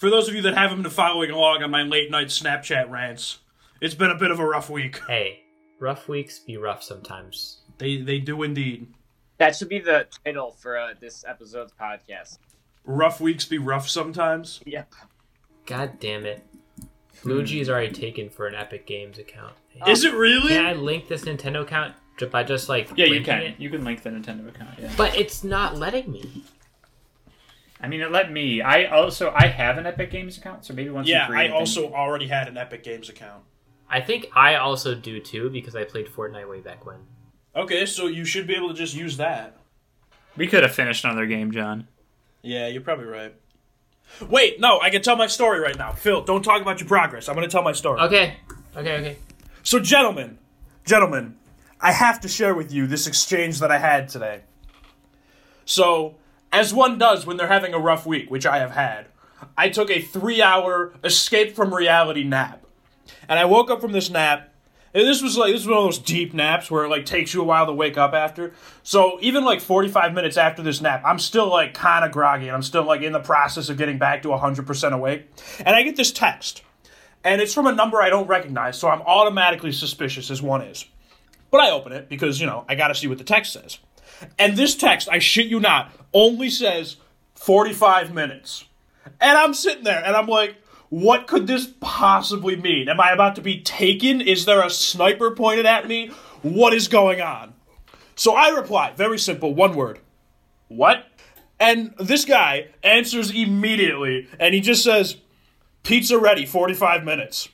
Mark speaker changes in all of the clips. Speaker 1: For those of you that haven't been following along on my late night Snapchat rants, it's been a bit of a rough week.
Speaker 2: Hey, rough weeks be rough sometimes.
Speaker 1: They they do indeed.
Speaker 3: That should be the title for uh, this episode's podcast.
Speaker 1: Rough weeks be rough sometimes.
Speaker 3: Yep.
Speaker 2: God damn it. Luigi is already taken for an Epic Games account.
Speaker 1: Is it really?
Speaker 2: Can I link this Nintendo account ju- by just like
Speaker 4: Yeah, you
Speaker 2: linking
Speaker 4: can.
Speaker 2: it?
Speaker 4: You can link the Nintendo account. Yeah.
Speaker 2: But it's not letting me.
Speaker 4: I mean, it let me. I also I have an Epic Games account, so maybe once
Speaker 1: yeah,
Speaker 4: you create
Speaker 1: I
Speaker 4: it, then-
Speaker 1: also already had an Epic Games account.
Speaker 2: I think I also do too because I played Fortnite way back when.
Speaker 1: Okay, so you should be able to just use that.
Speaker 4: we could have finished another game, John.
Speaker 1: Yeah, you're probably right. Wait, no, I can tell my story right now. Phil, don't talk about your progress. I'm going to tell my story.
Speaker 2: Okay. Okay, okay.
Speaker 1: So, gentlemen, gentlemen, I have to share with you this exchange that I had today. So, as one does when they're having a rough week, which I have had, I took a three hour escape from reality nap. And I woke up from this nap. And this was like this was one of those deep naps where it like takes you a while to wake up after. So even like 45 minutes after this nap, I'm still like kind of groggy and I'm still like in the process of getting back to 100% awake. And I get this text and it's from a number I don't recognize, so I'm automatically suspicious as one is. But I open it because, you know, I gotta see what the text says. And this text, I shit you not, only says 45 minutes. And I'm sitting there and I'm like, what could this possibly mean? Am I about to be taken? Is there a sniper pointed at me? What is going on? So I reply, very simple, one word. What? And this guy answers immediately and he just says, Pizza ready, 45 minutes.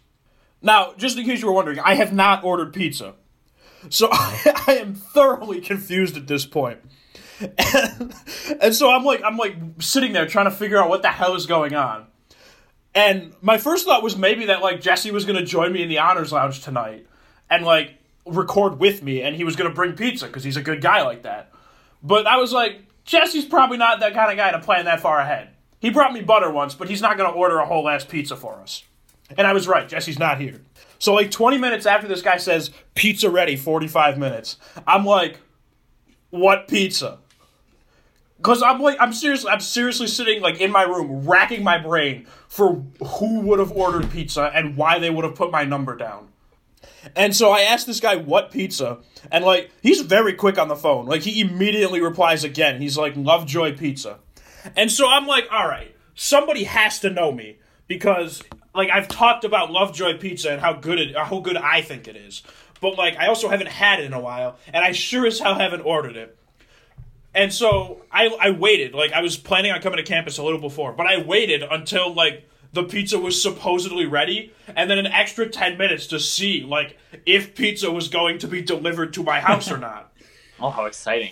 Speaker 1: Now, just in case you were wondering, I have not ordered pizza. So I, I am thoroughly confused at this point. And, and so I'm like I'm like sitting there trying to figure out what the hell is going on. And my first thought was maybe that like Jesse was going to join me in the honors lounge tonight and like record with me and he was going to bring pizza cuz he's a good guy like that. But I was like Jesse's probably not that kind of guy to plan that far ahead. He brought me butter once, but he's not going to order a whole ass pizza for us. And I was right, Jesse's not here. So, like 20 minutes after this guy says, pizza ready, 45 minutes, I'm like, what pizza? Because I'm like, I'm seriously, I'm seriously sitting like in my room, racking my brain for who would have ordered pizza and why they would have put my number down. And so I asked this guy what pizza, and like he's very quick on the phone. Like he immediately replies again. He's like Lovejoy Pizza, and so I'm like, all right, somebody has to know me because like I've talked about Lovejoy Pizza and how good it, how good I think it is, but like I also haven't had it in a while, and I sure as hell haven't ordered it. And so I I waited. Like I was planning on coming to campus a little before, but I waited until like the pizza was supposedly ready and then an extra 10 minutes to see like if pizza was going to be delivered to my house or not.
Speaker 3: Oh, how exciting!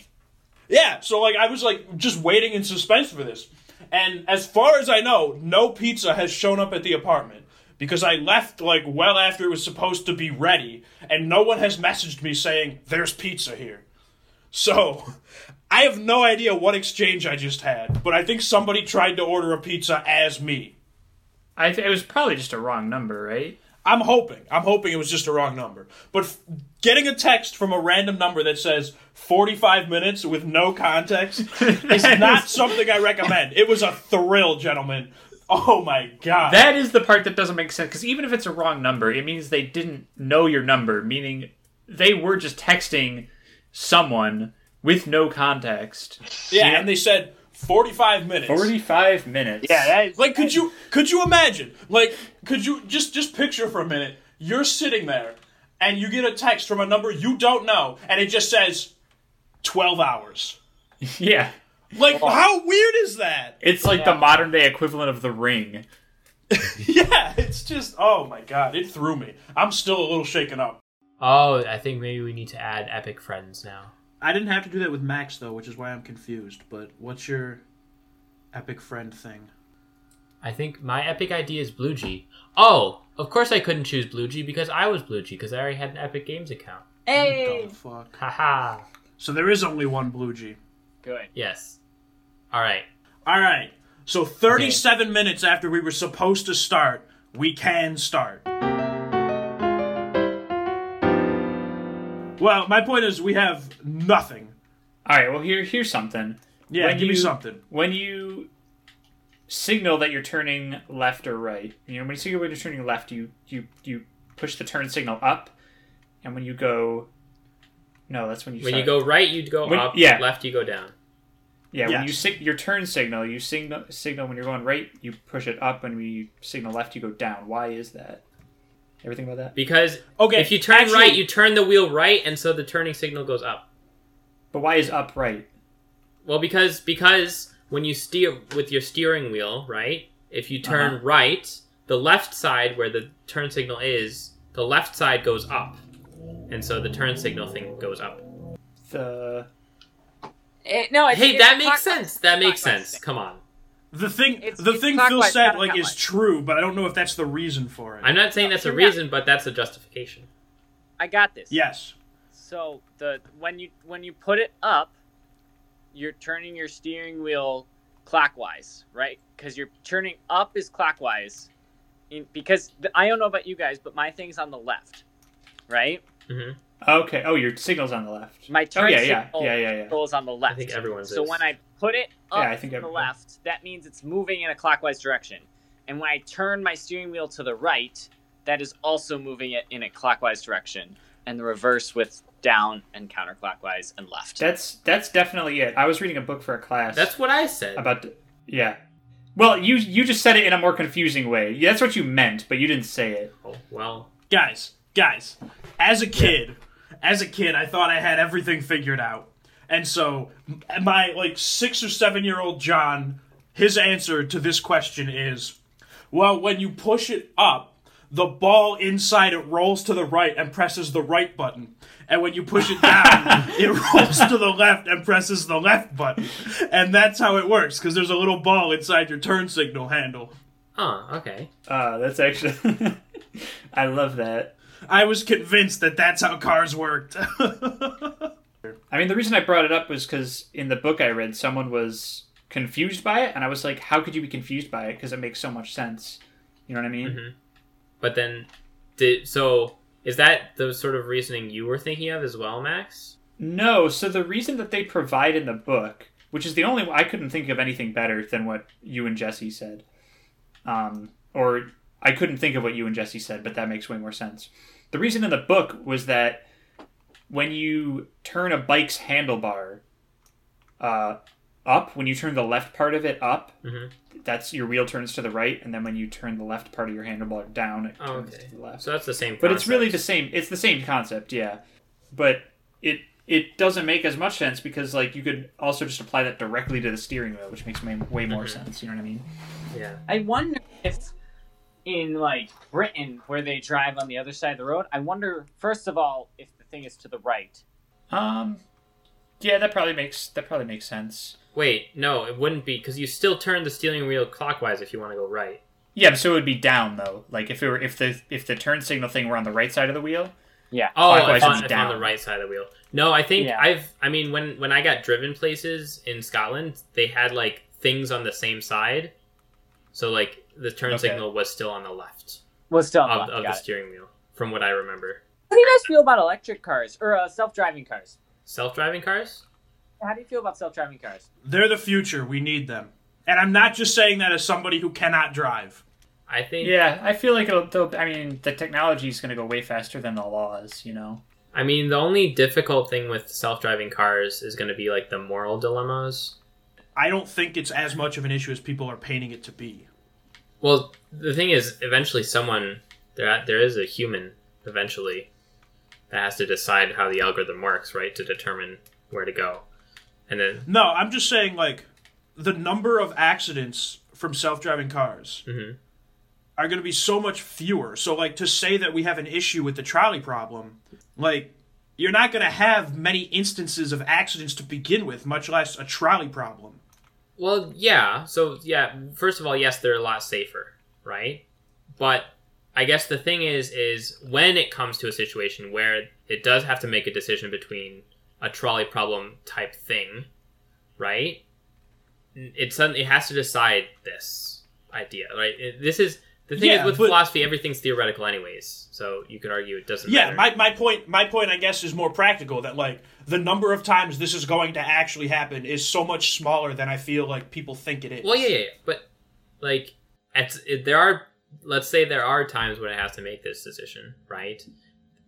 Speaker 1: Yeah, so like I was like just waiting in suspense for this. And as far as I know, no pizza has shown up at the apartment because I left like well after it was supposed to be ready and no one has messaged me saying there's pizza here. So, I have no idea what exchange I just had, but I think somebody tried to order a pizza as me.
Speaker 4: I th- it was probably just a wrong number, right?
Speaker 1: I'm hoping. I'm hoping it was just a wrong number. But f- getting a text from a random number that says 45 minutes with no context is not something I recommend. It was a thrill, gentlemen. Oh my god.
Speaker 4: That is the part that doesn't make sense because even if it's a wrong number, it means they didn't know your number, meaning they were just texting someone with no context.
Speaker 1: yeah, and they said 45 minutes.
Speaker 4: Forty-five minutes.
Speaker 3: Yeah, that is
Speaker 1: Like could you could you imagine? Like could you just just picture for a minute. You're sitting there and you get a text from a number you don't know and it just says 12 hours.
Speaker 4: yeah.
Speaker 1: Like how weird is that?
Speaker 4: It's like
Speaker 3: Yeah.
Speaker 4: the modern day equivalent of the ring.
Speaker 1: Yeah, it's just oh my god, it threw me. I'm still a little shaken up.
Speaker 2: Oh, I think maybe we need to add Epic Friends now.
Speaker 1: I didn't have to do that with Max though, which is why I'm confused. But what's your epic friend thing?
Speaker 2: I think my Epic ID is Blue G. Oh, of course I couldn't choose Blue G because I was Blue G because I already had an Epic Games account.
Speaker 3: hey.
Speaker 1: fuck.
Speaker 2: Haha.
Speaker 1: So there is only one blue G.
Speaker 3: good.
Speaker 2: Yes. All right.
Speaker 1: All right. So 37 minutes after we were supposed to start, we can start. Well, my point is we have nothing.
Speaker 4: All right. Well, here here's something.
Speaker 1: Yeah,
Speaker 4: When
Speaker 1: give me
Speaker 4: you-
Speaker 1: something.
Speaker 4: When you signal that you're turning left or right. You know, when you see when you're turning left, you you you push the turn signal up, and when you go, no, that's when you
Speaker 2: When
Speaker 4: start.
Speaker 2: you go right, you go
Speaker 4: When-
Speaker 2: up.
Speaker 4: yeah.
Speaker 2: Left, you go down.
Speaker 4: Yeah, when
Speaker 1: Yes.
Speaker 4: you sig- your turn signal, you signal signal when you're going right, you push it up, and when you signal left, you go down. Why is that? Everything about that.
Speaker 2: Because
Speaker 1: Okay,
Speaker 2: if you turn
Speaker 1: actually-
Speaker 2: right, you turn the wheel right, and so the turning signal goes up.
Speaker 4: But why is up right?
Speaker 2: Well, because because when you steer with your steering wheel, right? If
Speaker 4: Uh-huh.
Speaker 2: you turn right, the left side where the turn signal is, the left side goes up, and so the turn signal thing goes up.
Speaker 4: The
Speaker 5: It, no, it's,
Speaker 2: hey,
Speaker 5: it's
Speaker 2: that makes
Speaker 5: clockwise.
Speaker 2: sense. That makes
Speaker 5: Clockwise.
Speaker 2: sense. Come on.
Speaker 1: The thing,
Speaker 5: It's-
Speaker 1: the
Speaker 5: it's
Speaker 1: thing Phil
Speaker 5: clockwise,
Speaker 1: said
Speaker 5: not
Speaker 1: like is
Speaker 5: counterclockwise.
Speaker 1: true, but I don't know if that's the reason for it.
Speaker 2: I'm not saying that's a
Speaker 5: You're not-
Speaker 2: reason, but that's a justification.
Speaker 3: I got this.
Speaker 1: yes.
Speaker 3: So the when you when you put it up, you're turning your steering wheel clockwise, right? Because you're turning up is clockwise, in, because the, I don't know about you guys, but my thing's on the left, right?
Speaker 2: hmm
Speaker 4: okay. Oh, your signal's on the left.
Speaker 3: My
Speaker 4: Oh
Speaker 3: turn
Speaker 4: yeah, yeah,
Speaker 3: signal
Speaker 4: yeah, yeah, yeah.
Speaker 3: goes on the left.
Speaker 2: I think everyone's.
Speaker 3: so
Speaker 2: is.
Speaker 3: when I put it up
Speaker 4: Yeah, I think
Speaker 3: to the
Speaker 4: everyone-
Speaker 3: left, that means it's moving in a clockwise direction. And when I turn my steering wheel to the right, that is also moving it in a clockwise direction. And the reverse with down and counterclockwise and left.
Speaker 4: That's that's definitely it. I was reading a book for a class.
Speaker 2: that's what I said.
Speaker 4: about the, yeah. Well, you you just said it in a more confusing way. Yeah, that's what you meant, but you didn't say it.
Speaker 2: Oh, well,
Speaker 1: guys, guys, as a kid, as a kid, I thought I had everything figured out. And so m- my like 6 or 7 year old John, his answer to this question is, well, when you push it up, the ball inside it rolls to the right and presses the right button. And when you push it down, it rolls to the left and presses the left button. And that's how it works because there's a little ball inside your turn signal handle.
Speaker 2: huh? Okay.
Speaker 4: Uh, that's actually I love that.
Speaker 1: I was convinced that that's how cars worked.
Speaker 4: I mean, the reason I brought it up was because in the book I read, someone was confused by it, and I was like, "How could you be confused by it? Because it makes so much sense." You know what I mean?
Speaker 2: But then, did so? Is that the sort of reasoning you were thinking of as well, Max?
Speaker 4: No. So the reason that they provide in the book, which is the only I couldn't think of anything better than what you and Jesse said, um, or I couldn't think of what you and Jesse said, but that makes way more sense. The reason in the book was that when you turn a bike's handlebar uh, up, when you turn the left part of it up,
Speaker 2: Mhm.
Speaker 4: that's your wheel turns to the right, and then when you turn the left part of your handlebar down, it
Speaker 2: Oh,
Speaker 4: turns
Speaker 2: okay.
Speaker 4: to the left
Speaker 2: So that's the same.
Speaker 4: but it's really
Speaker 2: concept.
Speaker 4: the same it's the same concept yeah but it it doesn't make as much sense because like you could also just apply that directly to the steering wheel which makes way, way more sense you know what i mean
Speaker 2: yeah.
Speaker 3: I wonder if in like Britain, where they drive on the other side of the road, I wonder first of all if the thing is to the right.
Speaker 4: um yeah that probably makes that probably makes sense
Speaker 2: Wait, no, it wouldn't be because you still turn the steering wheel clockwise if you want to go right.
Speaker 4: yeah so it would be down though like if it were if the if the turn signal thing were on the right side of the wheel
Speaker 3: Yeah.
Speaker 2: Oh,
Speaker 4: Clockwise
Speaker 2: if
Speaker 4: is
Speaker 2: on, if
Speaker 4: down.
Speaker 2: on the right side of the wheel. No, I think
Speaker 3: Yeah.
Speaker 2: I've. I mean, when when I got driven places in Scotland, they had like things on the same side, so like the turn
Speaker 4: Okay. Oh,
Speaker 2: signal was still on the left
Speaker 3: Was still
Speaker 2: of,
Speaker 3: unlocked.
Speaker 2: of the
Speaker 3: Got it.
Speaker 2: steering wheel, from what I remember.
Speaker 3: How do you guys feel about electric cars or uh, self-driving cars?
Speaker 2: Self-driving cars?
Speaker 3: How do you feel about self-driving cars?
Speaker 1: They're the future. We need them. And I'm not just saying that as somebody who cannot drive.
Speaker 2: I think.
Speaker 4: yeah i feel like it'll, they'll- i mean the technology is going to go way faster than the laws you know
Speaker 2: I mean, the only difficult thing with self-driving cars is going to be like the moral dilemmas.
Speaker 1: I don't think it's as much of an issue as people are painting it to be.
Speaker 2: Well, the thing is, eventually, someone there there is a human eventually that has to decide how the algorithm works, right, to determine where to go, and then
Speaker 1: No, I'm just saying, like, the number of accidents from self driving cars
Speaker 2: Mhm.
Speaker 1: are going to be so much fewer. So, like, to say that we have an issue with the trolley problem, like, you're not going to have many instances of accidents to begin with, much less a trolley problem.
Speaker 2: well, yeah. So yeah, first of all, yes, they're a lot safer, right? But I guess the thing is, is when it comes to a situation where it does have to make a decision between a trolley problem type thing, right? It suddenly it has to decide this idea, right? It- This is the thing
Speaker 1: Yeah,
Speaker 2: is with
Speaker 1: but-
Speaker 2: philosophy, everything's theoretical, anyways. So you could argue it doesn't.
Speaker 1: Yeah,
Speaker 2: matter.
Speaker 1: my, my point my point I guess is more practical that like the number of times this is going to actually happen is so much smaller than I feel like people think it is.
Speaker 2: Well, yeah, yeah, yeah. but like at it, there are let's say there are times when it has to make this decision, right?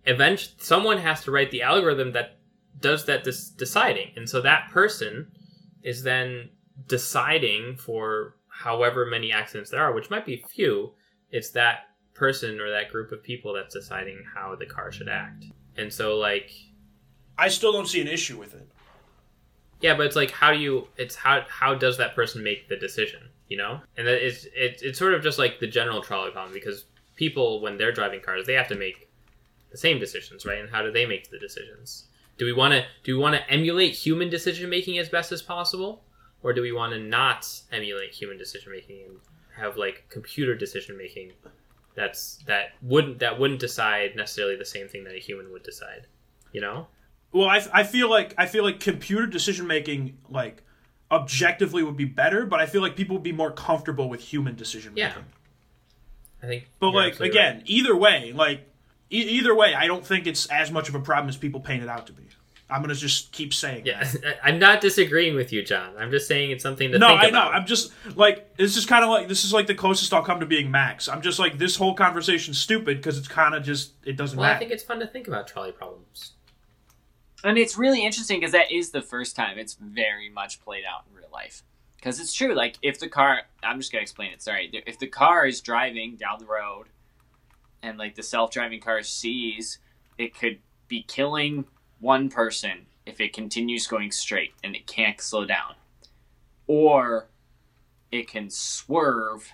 Speaker 2: Eventually, someone has to write the algorithm that does that dis- deciding, and so that person is then deciding for however many accidents there are, which might be few. It's that person or that group of people that's deciding how the car should act, and so like
Speaker 1: I still don't see an issue with it.
Speaker 2: yeah, but it's like how do you? It's how how does that person make the decision? You know, and that it's it's it's sort of just like the general trolley problem because people when they're driving cars they have to make the same decisions, right? And how do they make the decisions? Do we want to do we want to emulate human decision making as best as possible, or do we want to not emulate human decision making and have like computer decision making? That's that wouldn't that wouldn't decide necessarily the same thing that a human would decide, you know?
Speaker 1: Well, I, I feel like I feel like computer decision making like objectively would be better, but I feel like people would be more comfortable with human decision
Speaker 2: Yeah.
Speaker 1: making.
Speaker 2: I think.
Speaker 1: But
Speaker 2: you're
Speaker 1: like
Speaker 2: absolutely
Speaker 1: again,
Speaker 2: right.
Speaker 1: either way, like e- either way, I don't think it's as much of a problem as people paint it out to be. I'm gonna just keep saying. that.
Speaker 2: yeah, I'm not disagreeing with you, John. I'm just saying it's something to
Speaker 1: No,
Speaker 2: think
Speaker 1: I know.
Speaker 2: about.
Speaker 1: I'm just like this is kind of like this is like the closest I'll come to being Max. I'm just like this whole conversation's stupid because it's kind of just it doesn't
Speaker 2: well, I
Speaker 1: matter.
Speaker 2: think it's fun to think about trolley problems.
Speaker 3: And it's really interesting because that is the first time it's very much played out in real life. Because it's true. Like, if the car, I'm just going to explain it. Sorry. If the car is driving down the road and, like, the self driving car sees, it could be killing one person if it continues going straight and it can't slow down. Or it can swerve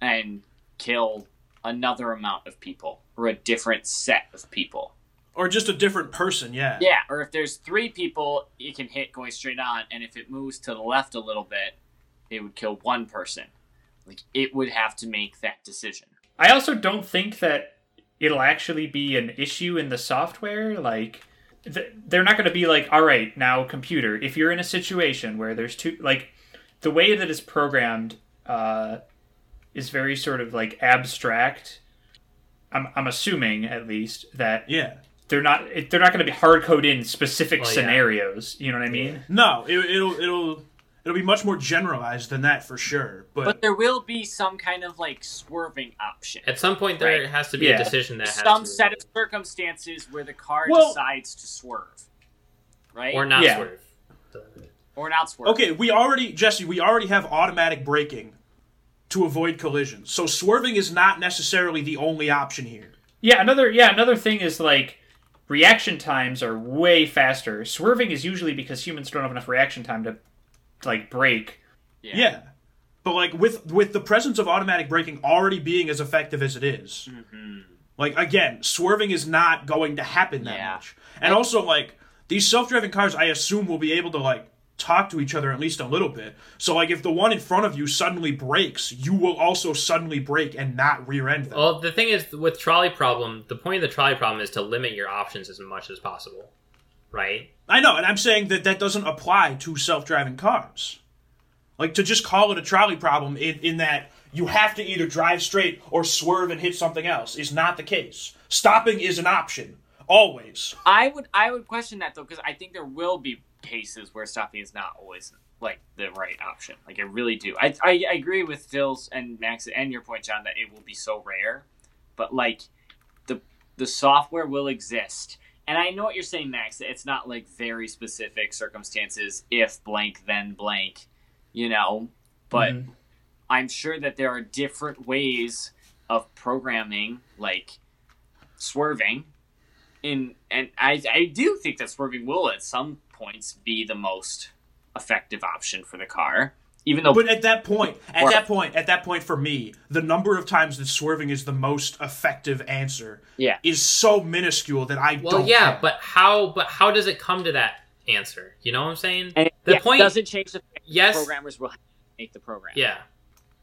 Speaker 3: and kill another amount of people or a different set of people.
Speaker 1: or just a different person. Yeah.
Speaker 3: Yeah, or if there's three people, it can hit going straight on, and if it moves to the left a little bit, it would kill one person. Like it would have to make that decision.
Speaker 4: I also don't think that it'll actually be an issue in the software. Like, th- they're not going to be like, all right, now computer, if you're in a situation where there's two, like, the way that it's programmed uh, is very sort of like abstract. I'm, I'm assuming at least that
Speaker 1: Yeah.
Speaker 4: they're not it- they're not going to be hard code in specific
Speaker 2: Well, yeah.
Speaker 4: scenarios. You know what I mean?
Speaker 1: No, it, it'll it'll it'll be much more generalized than that for sure.
Speaker 3: But there will be some kind of like swerving option.
Speaker 2: At some point, there
Speaker 3: Right.
Speaker 2: has to be
Speaker 4: Yeah.
Speaker 2: a decision that has
Speaker 3: Some
Speaker 2: to be
Speaker 3: set
Speaker 2: made.
Speaker 3: of circumstances where the car
Speaker 1: Well-
Speaker 3: decides to swerve. Right?
Speaker 2: or not
Speaker 4: Yeah.
Speaker 2: swerve.
Speaker 3: Or not swerve.
Speaker 1: Okay, we already Jesse, we already have automatic braking to avoid collisions. So swerving is not necessarily the only option here.
Speaker 4: Yeah, another yeah, another thing is like reaction times are way faster. Swerving is usually because humans don't have enough reaction time to like brake.
Speaker 1: Yeah. But like with with the presence of automatic braking already being as effective as it is, Like again, swerving is not going to happen that
Speaker 3: Yeah.
Speaker 1: much. And also like these self-driving cars I assume will be able to like talk to each other at least a little bit. So like if the one in front of you suddenly brakes, you will also suddenly brake and not rear end them.
Speaker 2: Well, the thing is, with trolley problem, the point of the trolley problem is to limit your options as much as possible, right?
Speaker 1: I know, and I'm saying that that doesn't apply to self-driving cars. Like to just call it a trolley problem in, in that you have to either drive straight or swerve and hit something else is not the case. Stopping is an option always.
Speaker 3: I would I would question that though because I think there will be cases where stopping is not always like the right option. Like I really do. I I, I agree with Phil's and Max and your point, John, that it will be so rare, but like the the software will exist. And I know what you're saying, Max. that It's not like very specific circumstances. If blank, then blank, you know. But
Speaker 2: Mm-hmm.
Speaker 4: Mhm.
Speaker 3: I'm sure that there are different ways of programming, like swerving. In and I, I do think that swerving will at some points be the most effective option for the car, even though
Speaker 1: But at that point, at
Speaker 3: Or-
Speaker 1: that point, at that point for me, the number of times that swerving is the most effective answer
Speaker 3: Yeah.
Speaker 1: is so minuscule that I
Speaker 2: Well,
Speaker 1: don't
Speaker 2: yeah,
Speaker 1: care.
Speaker 2: but how? But how does it come to that answer? You know what I'm saying?
Speaker 3: and,
Speaker 2: The
Speaker 3: yeah, it
Speaker 2: point-
Speaker 3: doesn't change the fact that
Speaker 2: Yes.
Speaker 3: programmers will make the program.
Speaker 2: Yeah.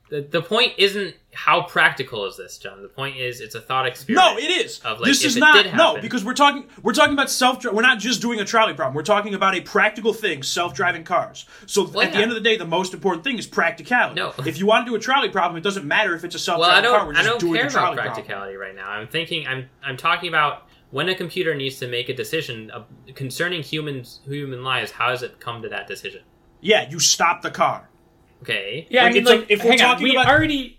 Speaker 2: The, the point isn't how practical is this, John. The point is it's a thought experiment.
Speaker 1: No, it is.
Speaker 2: Of, like,
Speaker 1: this
Speaker 2: if
Speaker 1: is
Speaker 2: it
Speaker 1: not
Speaker 2: did
Speaker 1: no
Speaker 2: happen.
Speaker 1: because we're talking we're talking about self we're not just doing a trolley problem. We're talking about a practical thing, self-driving cars. So th-
Speaker 2: Well,
Speaker 1: at the
Speaker 2: yeah.
Speaker 1: end of the day, the most important thing is practicality.
Speaker 2: No.
Speaker 1: if you want to do a trolley problem, it doesn't matter if it's a
Speaker 2: well,
Speaker 1: self-driving
Speaker 2: I
Speaker 1: car. We're
Speaker 2: don't. I
Speaker 1: just
Speaker 2: don't
Speaker 1: doing
Speaker 2: care
Speaker 1: a
Speaker 2: about
Speaker 1: trolley problem.
Speaker 2: practicality right now. I'm thinking. I'm. I'm talking about when a computer needs to make a decision of, concerning humans, human lives. How does it come to that decision?
Speaker 1: Yeah, you stop the car.
Speaker 2: Okay.
Speaker 4: Yeah,
Speaker 1: Like,
Speaker 4: I mean,
Speaker 1: it's like,
Speaker 4: like,
Speaker 1: if we're
Speaker 4: hang on,
Speaker 1: talking
Speaker 4: we
Speaker 1: about-
Speaker 4: already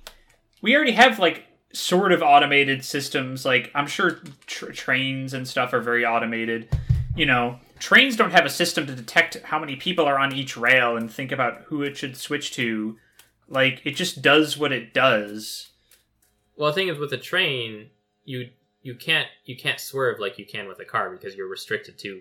Speaker 4: we already have like sort of automated systems. Like I'm sure tr- trains and stuff are very automated. You know, trains don't have a system to detect how many people are on each rail and think about who it should switch to. Like it just does what it does.
Speaker 2: Well, the thing is with a train, you you can't you can't swerve like you can with a car because you're restricted to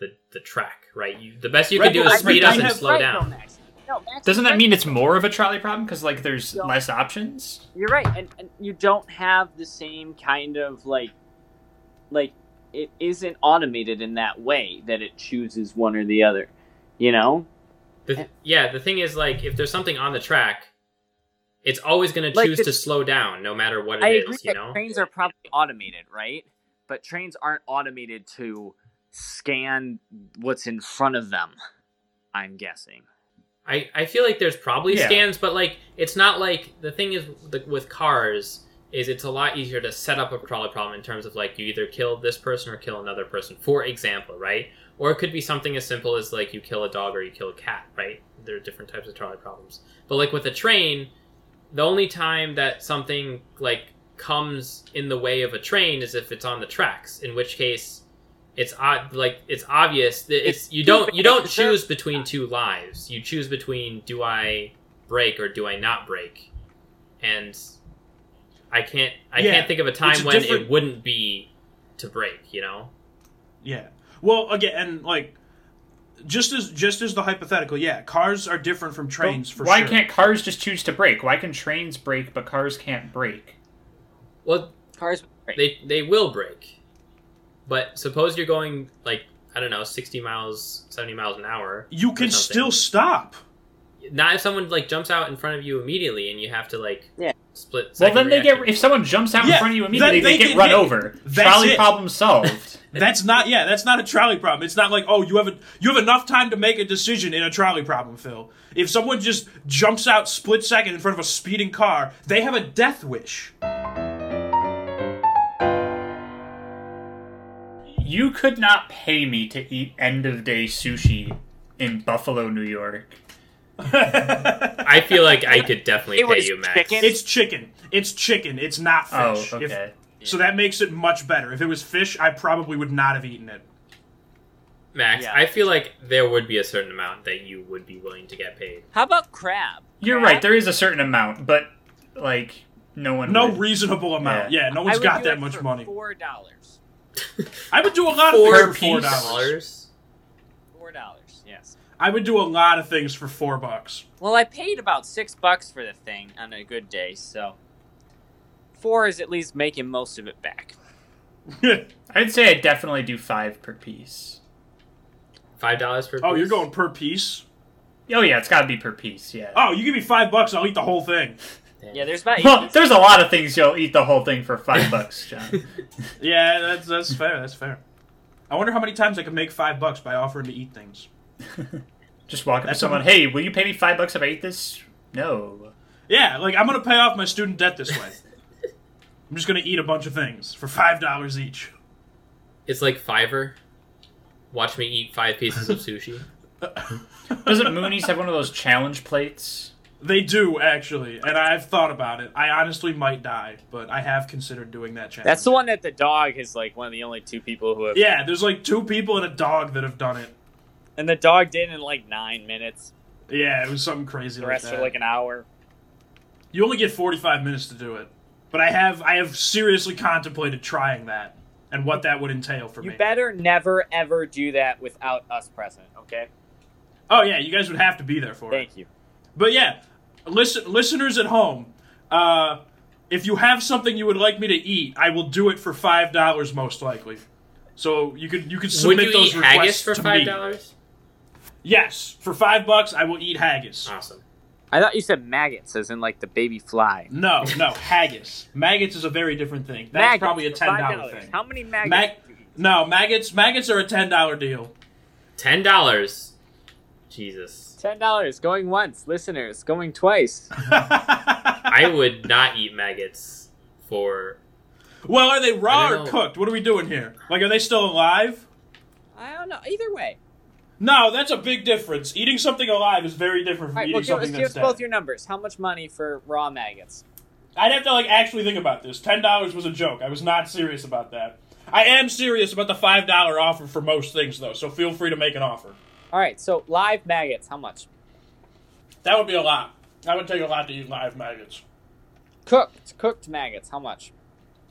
Speaker 2: the the track, right? You, the best you
Speaker 1: Right,
Speaker 2: can do
Speaker 1: but
Speaker 2: is
Speaker 1: I-
Speaker 2: speed
Speaker 1: but
Speaker 2: up
Speaker 1: I
Speaker 2: and
Speaker 1: have-
Speaker 2: slow
Speaker 3: right,
Speaker 2: down.
Speaker 3: though, Max. No, Max,
Speaker 4: Doesn't that
Speaker 3: right.
Speaker 4: mean it's more of a trolley problem because like there's
Speaker 3: Yeah.
Speaker 4: less options?
Speaker 3: You're right, and, and you don't have the same kind of like, like it isn't automated in that way that it chooses one or the other. You know,
Speaker 2: The- yeah, the thing is like if there's something on the track, it's always going to
Speaker 3: Like
Speaker 2: choose
Speaker 3: the-
Speaker 2: to slow down no matter what
Speaker 3: I
Speaker 2: it
Speaker 3: agree
Speaker 2: is. You
Speaker 3: that
Speaker 2: know,
Speaker 3: trains are probably automated, right? But trains aren't automated to scan what's in front of them. I'm guessing.
Speaker 2: I I feel like there's probably
Speaker 4: Yeah.
Speaker 2: scans, but like it's not like the thing is the, with cars is it's a lot easier to set up a trolley problem in terms of like you either kill this person or kill another person, for example, right? Or it could be something as simple as like you kill a dog or you kill a cat, right? There are different types of trolley problems. But like with a train, the only time that something like comes in the way of a train is if it's on the tracks, in which case it's odd like it's obvious that it's,
Speaker 3: It's
Speaker 2: you
Speaker 3: too
Speaker 2: don't
Speaker 3: bad
Speaker 2: you don't
Speaker 3: to serve.
Speaker 2: choose between two lives. You choose between do I break or do I not break? And I can't I
Speaker 1: Yeah,
Speaker 2: can't think of a time
Speaker 1: a
Speaker 2: when
Speaker 1: different-
Speaker 2: it wouldn't be to break, you know?
Speaker 1: Yeah. Well, again, and like just as just as the hypothetical, yeah, cars are different from trains for
Speaker 4: Why
Speaker 1: sure.
Speaker 4: can't cars just choose to brake? Why can trains brake but cars can't brake?
Speaker 2: Well,
Speaker 3: Cars.
Speaker 2: they they will break. But suppose you're going like I don't know, 60 miles, 70 miles an hour.
Speaker 1: you can
Speaker 2: or something.
Speaker 1: still stop?
Speaker 2: Not if someone like jumps out in front of you immediately and you have to like
Speaker 3: Yeah.
Speaker 2: split.
Speaker 4: Well,
Speaker 2: second
Speaker 4: then they
Speaker 2: reaction.
Speaker 4: get if someone jumps out
Speaker 1: Yeah,
Speaker 4: in front of you
Speaker 1: then
Speaker 4: immediately, they,
Speaker 1: they
Speaker 4: get
Speaker 1: get
Speaker 4: run
Speaker 1: hit.
Speaker 4: over.
Speaker 1: That's
Speaker 4: trolley
Speaker 1: it.
Speaker 4: problem solved.
Speaker 1: That's not yeah, that's not a trolley problem. It's not like, oh, you have a, you have enough time to make a decision in a trolley problem, Phil. If someone just jumps out split second in front of a speeding car, they have a death wish.
Speaker 4: you could not pay me to eat end of day sushi in Buffalo, New York.
Speaker 2: I feel like I could definitely
Speaker 3: It
Speaker 2: pay
Speaker 3: was
Speaker 2: you, Max.
Speaker 3: chicken.
Speaker 1: It's chicken. It's chicken. It's not
Speaker 4: Oh,
Speaker 1: fish. If-
Speaker 4: okay.
Speaker 1: so that makes it much better. If it was fish, I probably would not have eaten it.
Speaker 2: Max,
Speaker 3: Yeah.
Speaker 2: I feel like there would be a certain amount that you would be willing to get paid.
Speaker 3: How about crab?
Speaker 4: You're right. There is a certain amount, but like no one.
Speaker 1: No
Speaker 4: would.
Speaker 1: reasonable amount.
Speaker 4: Yeah.
Speaker 1: Yeah, no one's
Speaker 3: I would
Speaker 1: got
Speaker 3: do
Speaker 1: that
Speaker 3: it
Speaker 1: much
Speaker 3: for
Speaker 1: money.
Speaker 3: Four dollars.
Speaker 1: I would do a lot of
Speaker 4: Four
Speaker 1: things for four
Speaker 4: piece.
Speaker 1: dollars.
Speaker 3: Four dollars. Yes.
Speaker 1: I would do a lot of things for four bucks.
Speaker 3: Well, I paid about six bucks for the thing on a good day, so four is at least making most of it back.
Speaker 1: Oh,
Speaker 4: I'd say I definitely do five per piece.
Speaker 2: Five dollars per.
Speaker 1: oh,
Speaker 2: piece?
Speaker 1: you're going per piece?
Speaker 4: Oh yeah, it's got to be per piece. Yeah.
Speaker 1: Oh, you give me five bucks, I'll eat the whole thing.
Speaker 2: Damn.
Speaker 3: Yeah, there's about eight
Speaker 4: Well,
Speaker 3: pieces.
Speaker 4: there's a lot of things you'll eat the whole thing for five bucks, John.
Speaker 1: Yeah, that's that's fair. That's fair. I wonder how many times I can make five bucks by offering to eat things.
Speaker 4: Just walk up to
Speaker 1: That's
Speaker 4: someone.
Speaker 1: a-
Speaker 4: Hey, will you pay me five bucks if I eat this? No.
Speaker 1: Yeah, like I'm gonna pay off my student debt this way. I'm just gonna eat a bunch of things for five dollars each.
Speaker 2: It's like Fiverr. Watch me eat five pieces of sushi.
Speaker 4: Doesn't Mooney's have one of those challenge plates?
Speaker 1: They do actually, and I've thought about it. I honestly might die, but I have considered doing that challenge.
Speaker 3: That's the one that the dog is like one of the only two people who have.
Speaker 1: Yeah, there's like two people and a dog that have done it.
Speaker 3: And the dog did in like nine minutes.
Speaker 1: Yeah, it was something crazy
Speaker 3: The
Speaker 1: like
Speaker 3: rest
Speaker 1: that.
Speaker 3: for like an hour.
Speaker 1: you only get 45 minutes to do it, but I have I have seriously contemplated trying that and what that would entail for
Speaker 3: You
Speaker 1: me.
Speaker 3: better never ever do that without us present, okay?
Speaker 1: Oh yeah, you guys would have to be there for it.
Speaker 3: Thank you.
Speaker 1: But yeah, listen, listeners at home, uh, if you have something you would like me to eat, I will do it for five dollars most likely. So you could you could
Speaker 2: Would
Speaker 1: submit
Speaker 2: you
Speaker 1: those
Speaker 2: eat
Speaker 1: requests
Speaker 2: haggis for
Speaker 1: to
Speaker 2: five
Speaker 1: me.
Speaker 2: dollars?
Speaker 1: Yes, for five bucks I will eat haggis.
Speaker 2: Awesome.
Speaker 3: I thought you said maggots, as in like the baby fly.
Speaker 1: No, no, haggis. Maggots is a very different thing. That's
Speaker 3: maggots
Speaker 1: probably a
Speaker 3: for
Speaker 1: ten dollar
Speaker 3: $5.
Speaker 1: thing.
Speaker 3: How many maggots?
Speaker 1: Mag-
Speaker 3: did you eat?
Speaker 1: no, maggots. Maggots are a ten dollar deal.
Speaker 2: Ten dollars. Jesus.
Speaker 3: Ten dollars going once, listeners going twice.
Speaker 2: I would not eat maggots for.
Speaker 1: well, are they raw
Speaker 2: I
Speaker 1: or
Speaker 2: don't know.
Speaker 1: cooked? What are we doing here? Like, are they still alive?
Speaker 3: I don't know. Either way,
Speaker 1: No, that's a big difference. Eating something alive is very different
Speaker 3: All
Speaker 1: from
Speaker 3: right,
Speaker 1: eating
Speaker 3: well, give, us-
Speaker 1: something
Speaker 3: give us
Speaker 1: that's dead.
Speaker 3: both your numbers. How much money for raw maggots?
Speaker 1: I'd have to like actually think about this. Ten dollars was a joke. I was not serious about that. I am serious about the five dollar offer for most things though, so feel free to make an offer.
Speaker 3: All right, so live maggots. How much?
Speaker 1: That would be a lot. That would take a lot to eat live maggots.
Speaker 3: Cooked, cooked maggots. How much?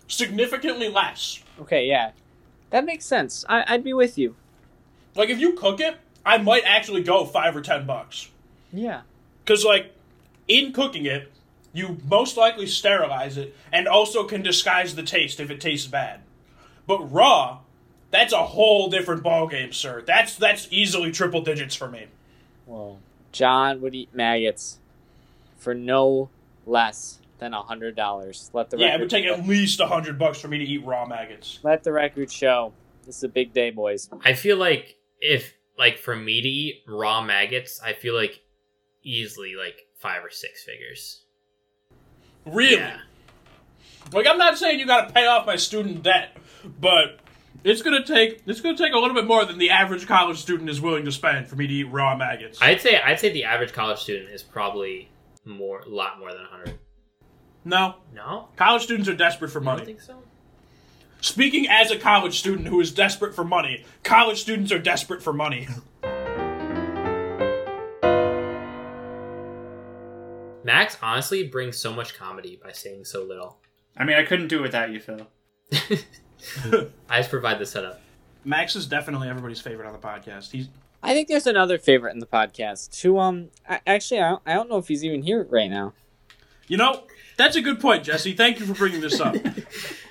Speaker 1: Significantly less.
Speaker 3: Okay, yeah, that makes sense. I, I'd be with you.
Speaker 1: Like if you cook it, I might actually go five or ten bucks.
Speaker 3: Yeah.
Speaker 1: Cause like in cooking it, you most likely sterilize it and also can disguise the taste if it tastes bad. But raw, that's a whole different ballgame, sir. That's that's easily triple digits for me.
Speaker 3: Well, John would eat maggots for no less than a hundred dollars. Let the
Speaker 1: yeah, it
Speaker 3: record
Speaker 1: would take at least a hundred bucks for me to eat raw maggots.
Speaker 3: let the record show. This is a big day, boys.
Speaker 2: I feel like if like for me to eat raw maggots, I feel like easily like five or six figures.
Speaker 1: Really?
Speaker 2: Yeah.
Speaker 1: Like I'm not saying you gotta pay off my student debt, but it's gonna take it's gonna take a little bit more than the average college student is willing to spend for me to eat raw maggots.
Speaker 2: I'd say I'd say the average college student is probably more a lot more than 100.
Speaker 1: no.
Speaker 2: No?
Speaker 1: College students are desperate for
Speaker 2: I don't
Speaker 1: money.
Speaker 2: think so.
Speaker 1: Speaking as a college student who is desperate for money, college students are desperate for money.
Speaker 2: Max honestly brings so much comedy by saying so little.
Speaker 4: I mean, I couldn't do it without you, Phil.
Speaker 2: I just provide the setup.
Speaker 1: Max is definitely everybody's favorite on the podcast. He's
Speaker 3: I think there's another favorite in the podcast who, um, I, actually, I don't, I don't know if he's even here right now.
Speaker 1: You know, that's a good point, Jesse. Thank you for bringing this up.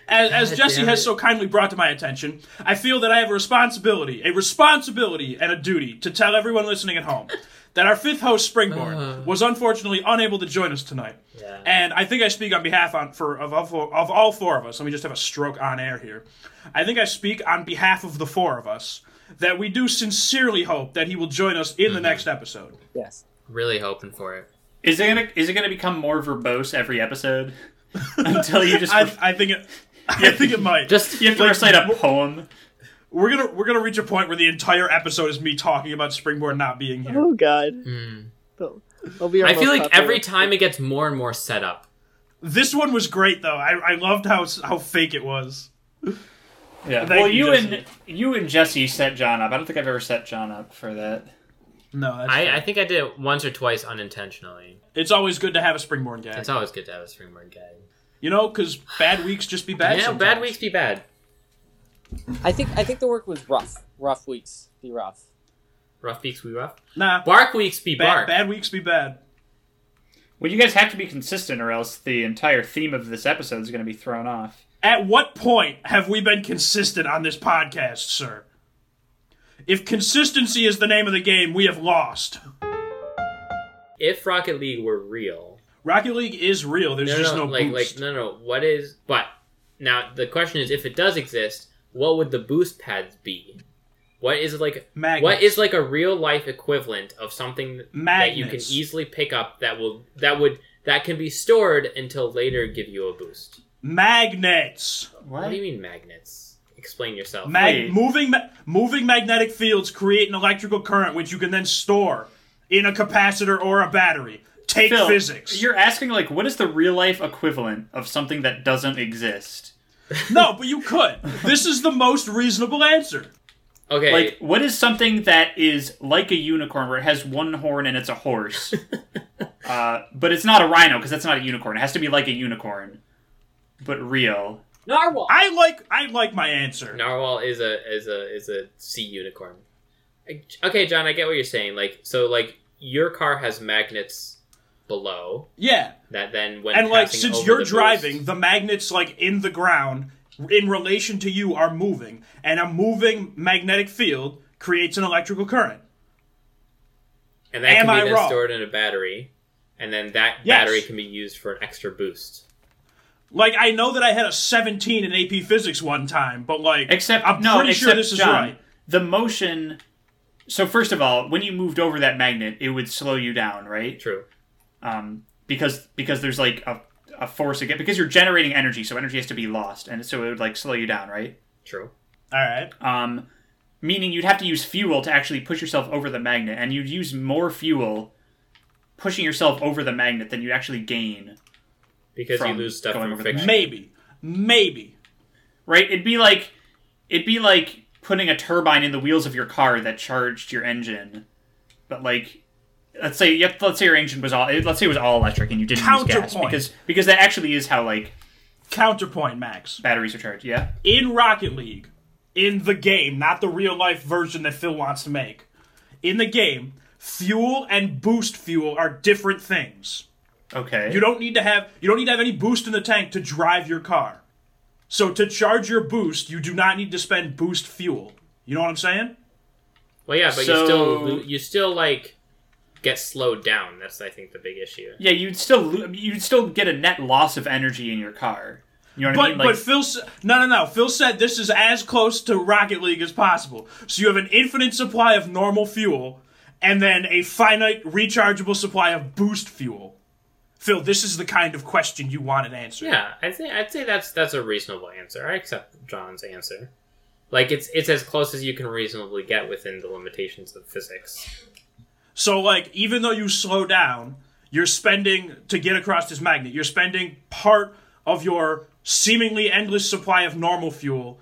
Speaker 1: As, as Jesse
Speaker 2: Damn
Speaker 1: has
Speaker 2: it.
Speaker 1: so kindly brought to my attention, I feel that I have a responsibility, a responsibility and a duty to tell everyone listening at home that our fifth host, Springboard,
Speaker 2: Uh.
Speaker 1: was unfortunately unable to join us tonight.
Speaker 2: Yeah.
Speaker 1: And I think I speak on behalf on for of, of of all four of us. Let me just have a stroke on air here. I think I speak on behalf of the four of us that we do sincerely hope that he will join us
Speaker 2: Mm-hmm.
Speaker 1: in the next episode.
Speaker 3: Yes.
Speaker 2: Really hoping for it.
Speaker 4: Is it gonna is it gonna become more verbose every episode until you just
Speaker 1: I, I think it. I think it might.
Speaker 2: Just
Speaker 4: you have to recite a poem?
Speaker 1: We're gonna we're gonna reach a point where the entire episode is me talking about Springboard not being here.
Speaker 3: God.
Speaker 1: Hmm.
Speaker 2: Mm.
Speaker 3: I'll be
Speaker 2: I feel like every time it gets more and more set up.
Speaker 1: This one was great though. I, I loved how s- how fake it was.
Speaker 4: Yeah.
Speaker 1: Thank
Speaker 4: Well,
Speaker 1: you,
Speaker 4: you,
Speaker 1: Jesse.
Speaker 4: and you and Jesse set John up. I don't think I've ever set John up for that.
Speaker 1: No, that's
Speaker 2: I,
Speaker 1: fair.
Speaker 2: I think I did it once or twice unintentionally.
Speaker 1: it's always good to have a Springboard gag.
Speaker 2: It's always good to have a springboard gag.
Speaker 1: you know, because bad weeks just be bad.
Speaker 2: yeah,
Speaker 1: sometimes.
Speaker 2: bad weeks be bad.
Speaker 3: I think I think the work was rough. Rough weeks. Be rough.
Speaker 2: Rough weeks be rough.
Speaker 1: Nah,
Speaker 2: Bark weeks be
Speaker 1: bad,
Speaker 2: bark.
Speaker 1: bad weeks be bad.
Speaker 4: Well, you guys have to be consistent, or else the entire theme of this episode is going to be thrown off.
Speaker 1: At what point have we been consistent on this podcast, sir? If consistency is the name of the game, we have lost.
Speaker 2: If Rocket League were real,
Speaker 1: Rocket League is real. There's
Speaker 2: no,
Speaker 1: just
Speaker 2: no,
Speaker 1: no,
Speaker 2: like,
Speaker 1: boost.
Speaker 2: like, no, no. What is? But now the question is, if it does exist, what would the boost pads be? What is like?
Speaker 1: Magnets.
Speaker 2: What is like a real life equivalent of something that you can
Speaker 1: Magnets.
Speaker 2: easily pick up that will that would that can be stored until later give you a boost?
Speaker 1: Magnets.
Speaker 2: What, do you mean magnets? Explain yourself.
Speaker 1: Mag-
Speaker 4: Wait.
Speaker 1: moving ma- moving magnetic fields create an electrical current which you can then store in a capacitor or a battery. Take
Speaker 4: Phil,
Speaker 1: physics.
Speaker 4: You're asking like, what is the real life equivalent of something that doesn't exist?
Speaker 1: No, but you could. this is the most reasonable answer.
Speaker 2: okay,
Speaker 4: Like, what is something that is like a unicorn, where it has one horn and it's a horse, uh, but it's not a rhino because that's not a unicorn. It has to be like a unicorn, but real.
Speaker 3: Narwhal.
Speaker 1: I like I like my answer.
Speaker 2: Narwhal is a is a is a sea unicorn. Okay, John, I get what you're saying. Like so like your car has magnets below
Speaker 1: Yeah.
Speaker 2: that then when
Speaker 1: And like
Speaker 2: passing
Speaker 1: since
Speaker 2: over
Speaker 1: you're
Speaker 2: the
Speaker 1: driving,
Speaker 2: boost-
Speaker 1: the magnets like in the ground in relation to you are moving and a moving magnetic field creates an electrical current.
Speaker 2: and that
Speaker 1: am
Speaker 2: can be
Speaker 1: I
Speaker 2: then
Speaker 1: wrong?
Speaker 2: stored in a battery and then that
Speaker 1: Yes.
Speaker 2: battery can be used for an extra boost.
Speaker 1: Like I know that I had a 17 in AP physics one time, but like
Speaker 4: Except
Speaker 1: I'm
Speaker 4: no,
Speaker 1: pretty
Speaker 4: except
Speaker 1: sure this is
Speaker 4: John,
Speaker 1: right.
Speaker 4: The motion. So first of all, when you moved over that magnet, it would slow you down, right?
Speaker 2: True.
Speaker 4: Um, because because there's like a a force again because you're generating energy, so energy has to be lost, and so it would like slow you down, right?
Speaker 2: True.
Speaker 1: All right.
Speaker 4: Um, meaning you'd have to use fuel to actually push yourself over the magnet, and you'd use more fuel pushing yourself over the magnet than you actually gain.
Speaker 2: because you
Speaker 4: From
Speaker 2: lose stuff
Speaker 4: going
Speaker 2: from
Speaker 4: over the
Speaker 2: fiction.
Speaker 1: Maybe. Maybe.
Speaker 4: Right? It'd be like it'd be like putting a turbine in the wheels of your car that charged your engine, but like. Let's say yep. Let's say your engine was all. Let's say it was all electric, and you didn't use gas
Speaker 1: Counterpoint.
Speaker 4: because because that actually is how like
Speaker 1: Counterpoint, Max.
Speaker 4: batteries are charged. Yeah.
Speaker 1: in Rocket League, in the game, not the real life version that Phil wants to make, in the game, fuel and boost fuel are different things.
Speaker 4: Okay.
Speaker 1: You don't need to have you don't need to have any boost in the tank to drive your car. So to charge your boost, you do not need to spend boost fuel. You know what I'm saying?
Speaker 2: Well, yeah, but
Speaker 4: So-
Speaker 2: you still lo- you still like get slowed down. That's I think the big issue.
Speaker 4: Yeah, you'd still lo- you'd still get a net loss of energy in your car. You know what I
Speaker 1: But
Speaker 4: mean? Like,
Speaker 1: but Phil s- no no no Phil said this is as close to Rocket League as possible. So you have an infinite supply of normal fuel and then a finite rechargeable supply of boost fuel. Phil, this is the kind of question you wanted answered.
Speaker 2: Yeah, I think I'd say that's that's a reasonable answer. I accept John's answer. Like it's it's as close as you can reasonably get within the limitations of physics.
Speaker 1: So like even though you slow down, you're spending to get across this magnet. You're spending part of your seemingly endless supply of normal fuel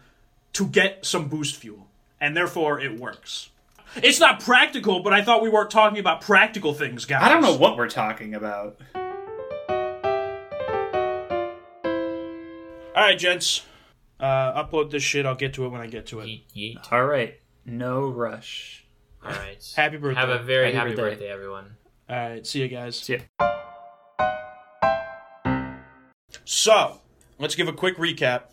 Speaker 1: to get some boost fuel, and therefore it works. It's not practical, but I thought we weren't talking about practical things, guys.
Speaker 4: I don't know what we're talking about.
Speaker 1: All right, gents. Uh, upload this shit. I'll get to it when I get to it.
Speaker 4: All right, no rush.
Speaker 2: All right.
Speaker 1: Happy birthday.
Speaker 2: Have a very happy,
Speaker 4: Happy birthday.
Speaker 2: birthday. everyone.
Speaker 1: All right. See you guys.
Speaker 4: See ya.
Speaker 1: So let's give a quick recap,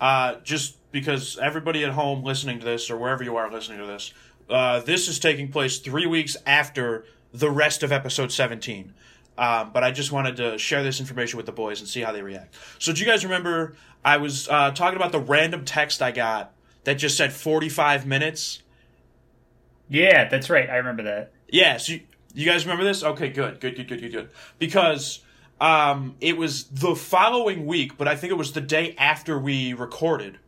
Speaker 1: uh, just because everybody at home listening to this or wherever you are listening to this, uh, this is taking place three weeks after the rest of episode 17. Um, but I just wanted to share this information with the boys and see how they react. So do you guys remember I was uh, talking about the random text I got that just said 45 minutes?
Speaker 4: Yeah, that's right. I remember that.
Speaker 1: Yes, you, you guys remember this? Okay, good, good, good, good, good, good. Because um, it was the following week, but I think it was the day after we recorded.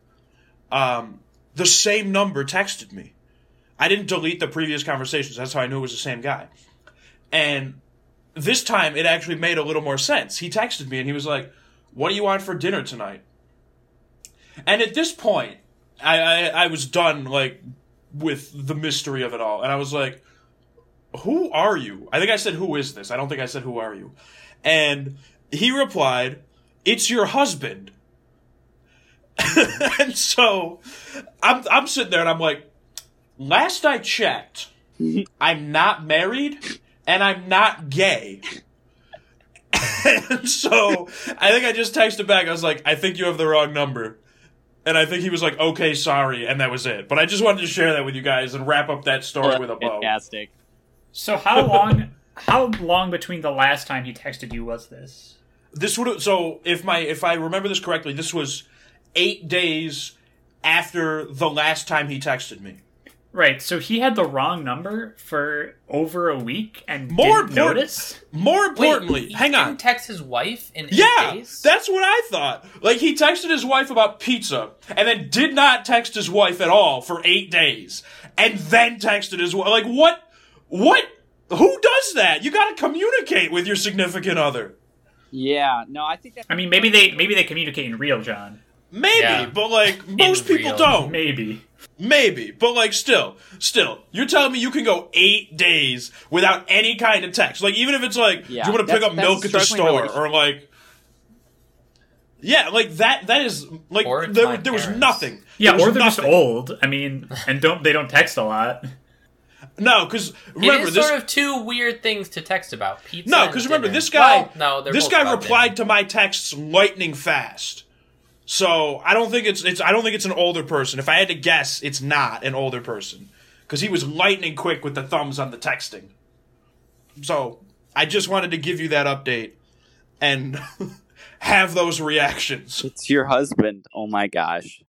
Speaker 1: Um, the same number texted me. I didn't delete the previous conversations. That's how I knew it was the same guy. And this time, it actually made a little more sense. He texted me and he was like, "What do you want for dinner tonight?" And at this point, I I, I was done like with the mystery of it all, and I was like who are you? I think I said, who is this? I don't think I said, who are you? And he replied, it's your husband. and so I'm, I'm sitting there and I'm like, last I checked, I'm not married and I'm not gay. and so I think I just texted back. I was like, I think you have the wrong number. And I think he was like, okay, sorry. And that was it. But I just wanted to share that with you guys and wrap up that story with a bow.
Speaker 3: Fantastic.
Speaker 4: So how long? how long between the last time he texted you was this?
Speaker 1: this would so if my if I remember this correctly, this was eight days after the last time he texted me.
Speaker 4: Right. So he had the wrong number for over a week and
Speaker 1: More
Speaker 4: didn't
Speaker 1: important-
Speaker 4: notice.
Speaker 1: More importantly, hang on.
Speaker 2: Text his wife in
Speaker 1: yeah, that's what I thought. Like he texted his wife about pizza, and then did not text his wife at all for eight days, and then texted his wife. Like what? What? Who does that? You got to communicate with your significant other.
Speaker 3: Yeah. No, I think that.
Speaker 4: I mean, maybe they maybe they communicate in real, John.
Speaker 1: Maybe,
Speaker 2: Yeah.
Speaker 1: but like most people
Speaker 2: real.
Speaker 1: don't.
Speaker 4: Maybe.
Speaker 1: Maybe, but like still, still, you're telling me you can go eight days without any kind of text. Like even if it's like,
Speaker 3: Yeah,
Speaker 1: do you want to pick
Speaker 3: that's-
Speaker 1: up
Speaker 3: that's
Speaker 1: milk at the
Speaker 3: struggling
Speaker 1: store,
Speaker 3: relation-
Speaker 1: or like, yeah, like that. That is like
Speaker 2: Or it's
Speaker 1: there,
Speaker 2: my
Speaker 1: there was
Speaker 2: parents.
Speaker 1: nothing.
Speaker 4: Yeah,
Speaker 1: There was
Speaker 4: or they're just
Speaker 1: nothing.
Speaker 4: old. I mean, and don't they don't text a lot.
Speaker 1: No, because remember this.
Speaker 2: of two weird things to text about. Pizza
Speaker 1: no, because remember this guy.
Speaker 2: no,
Speaker 1: this guy replied to my texts lightning fast. So I don't think it's it's I don't think it's an older person. If I had to guess, it's not an older person because he was lightning quick with the thumbs on the texting. So I just wanted to give you that update and have those reactions.
Speaker 3: It's your husband. Oh my gosh.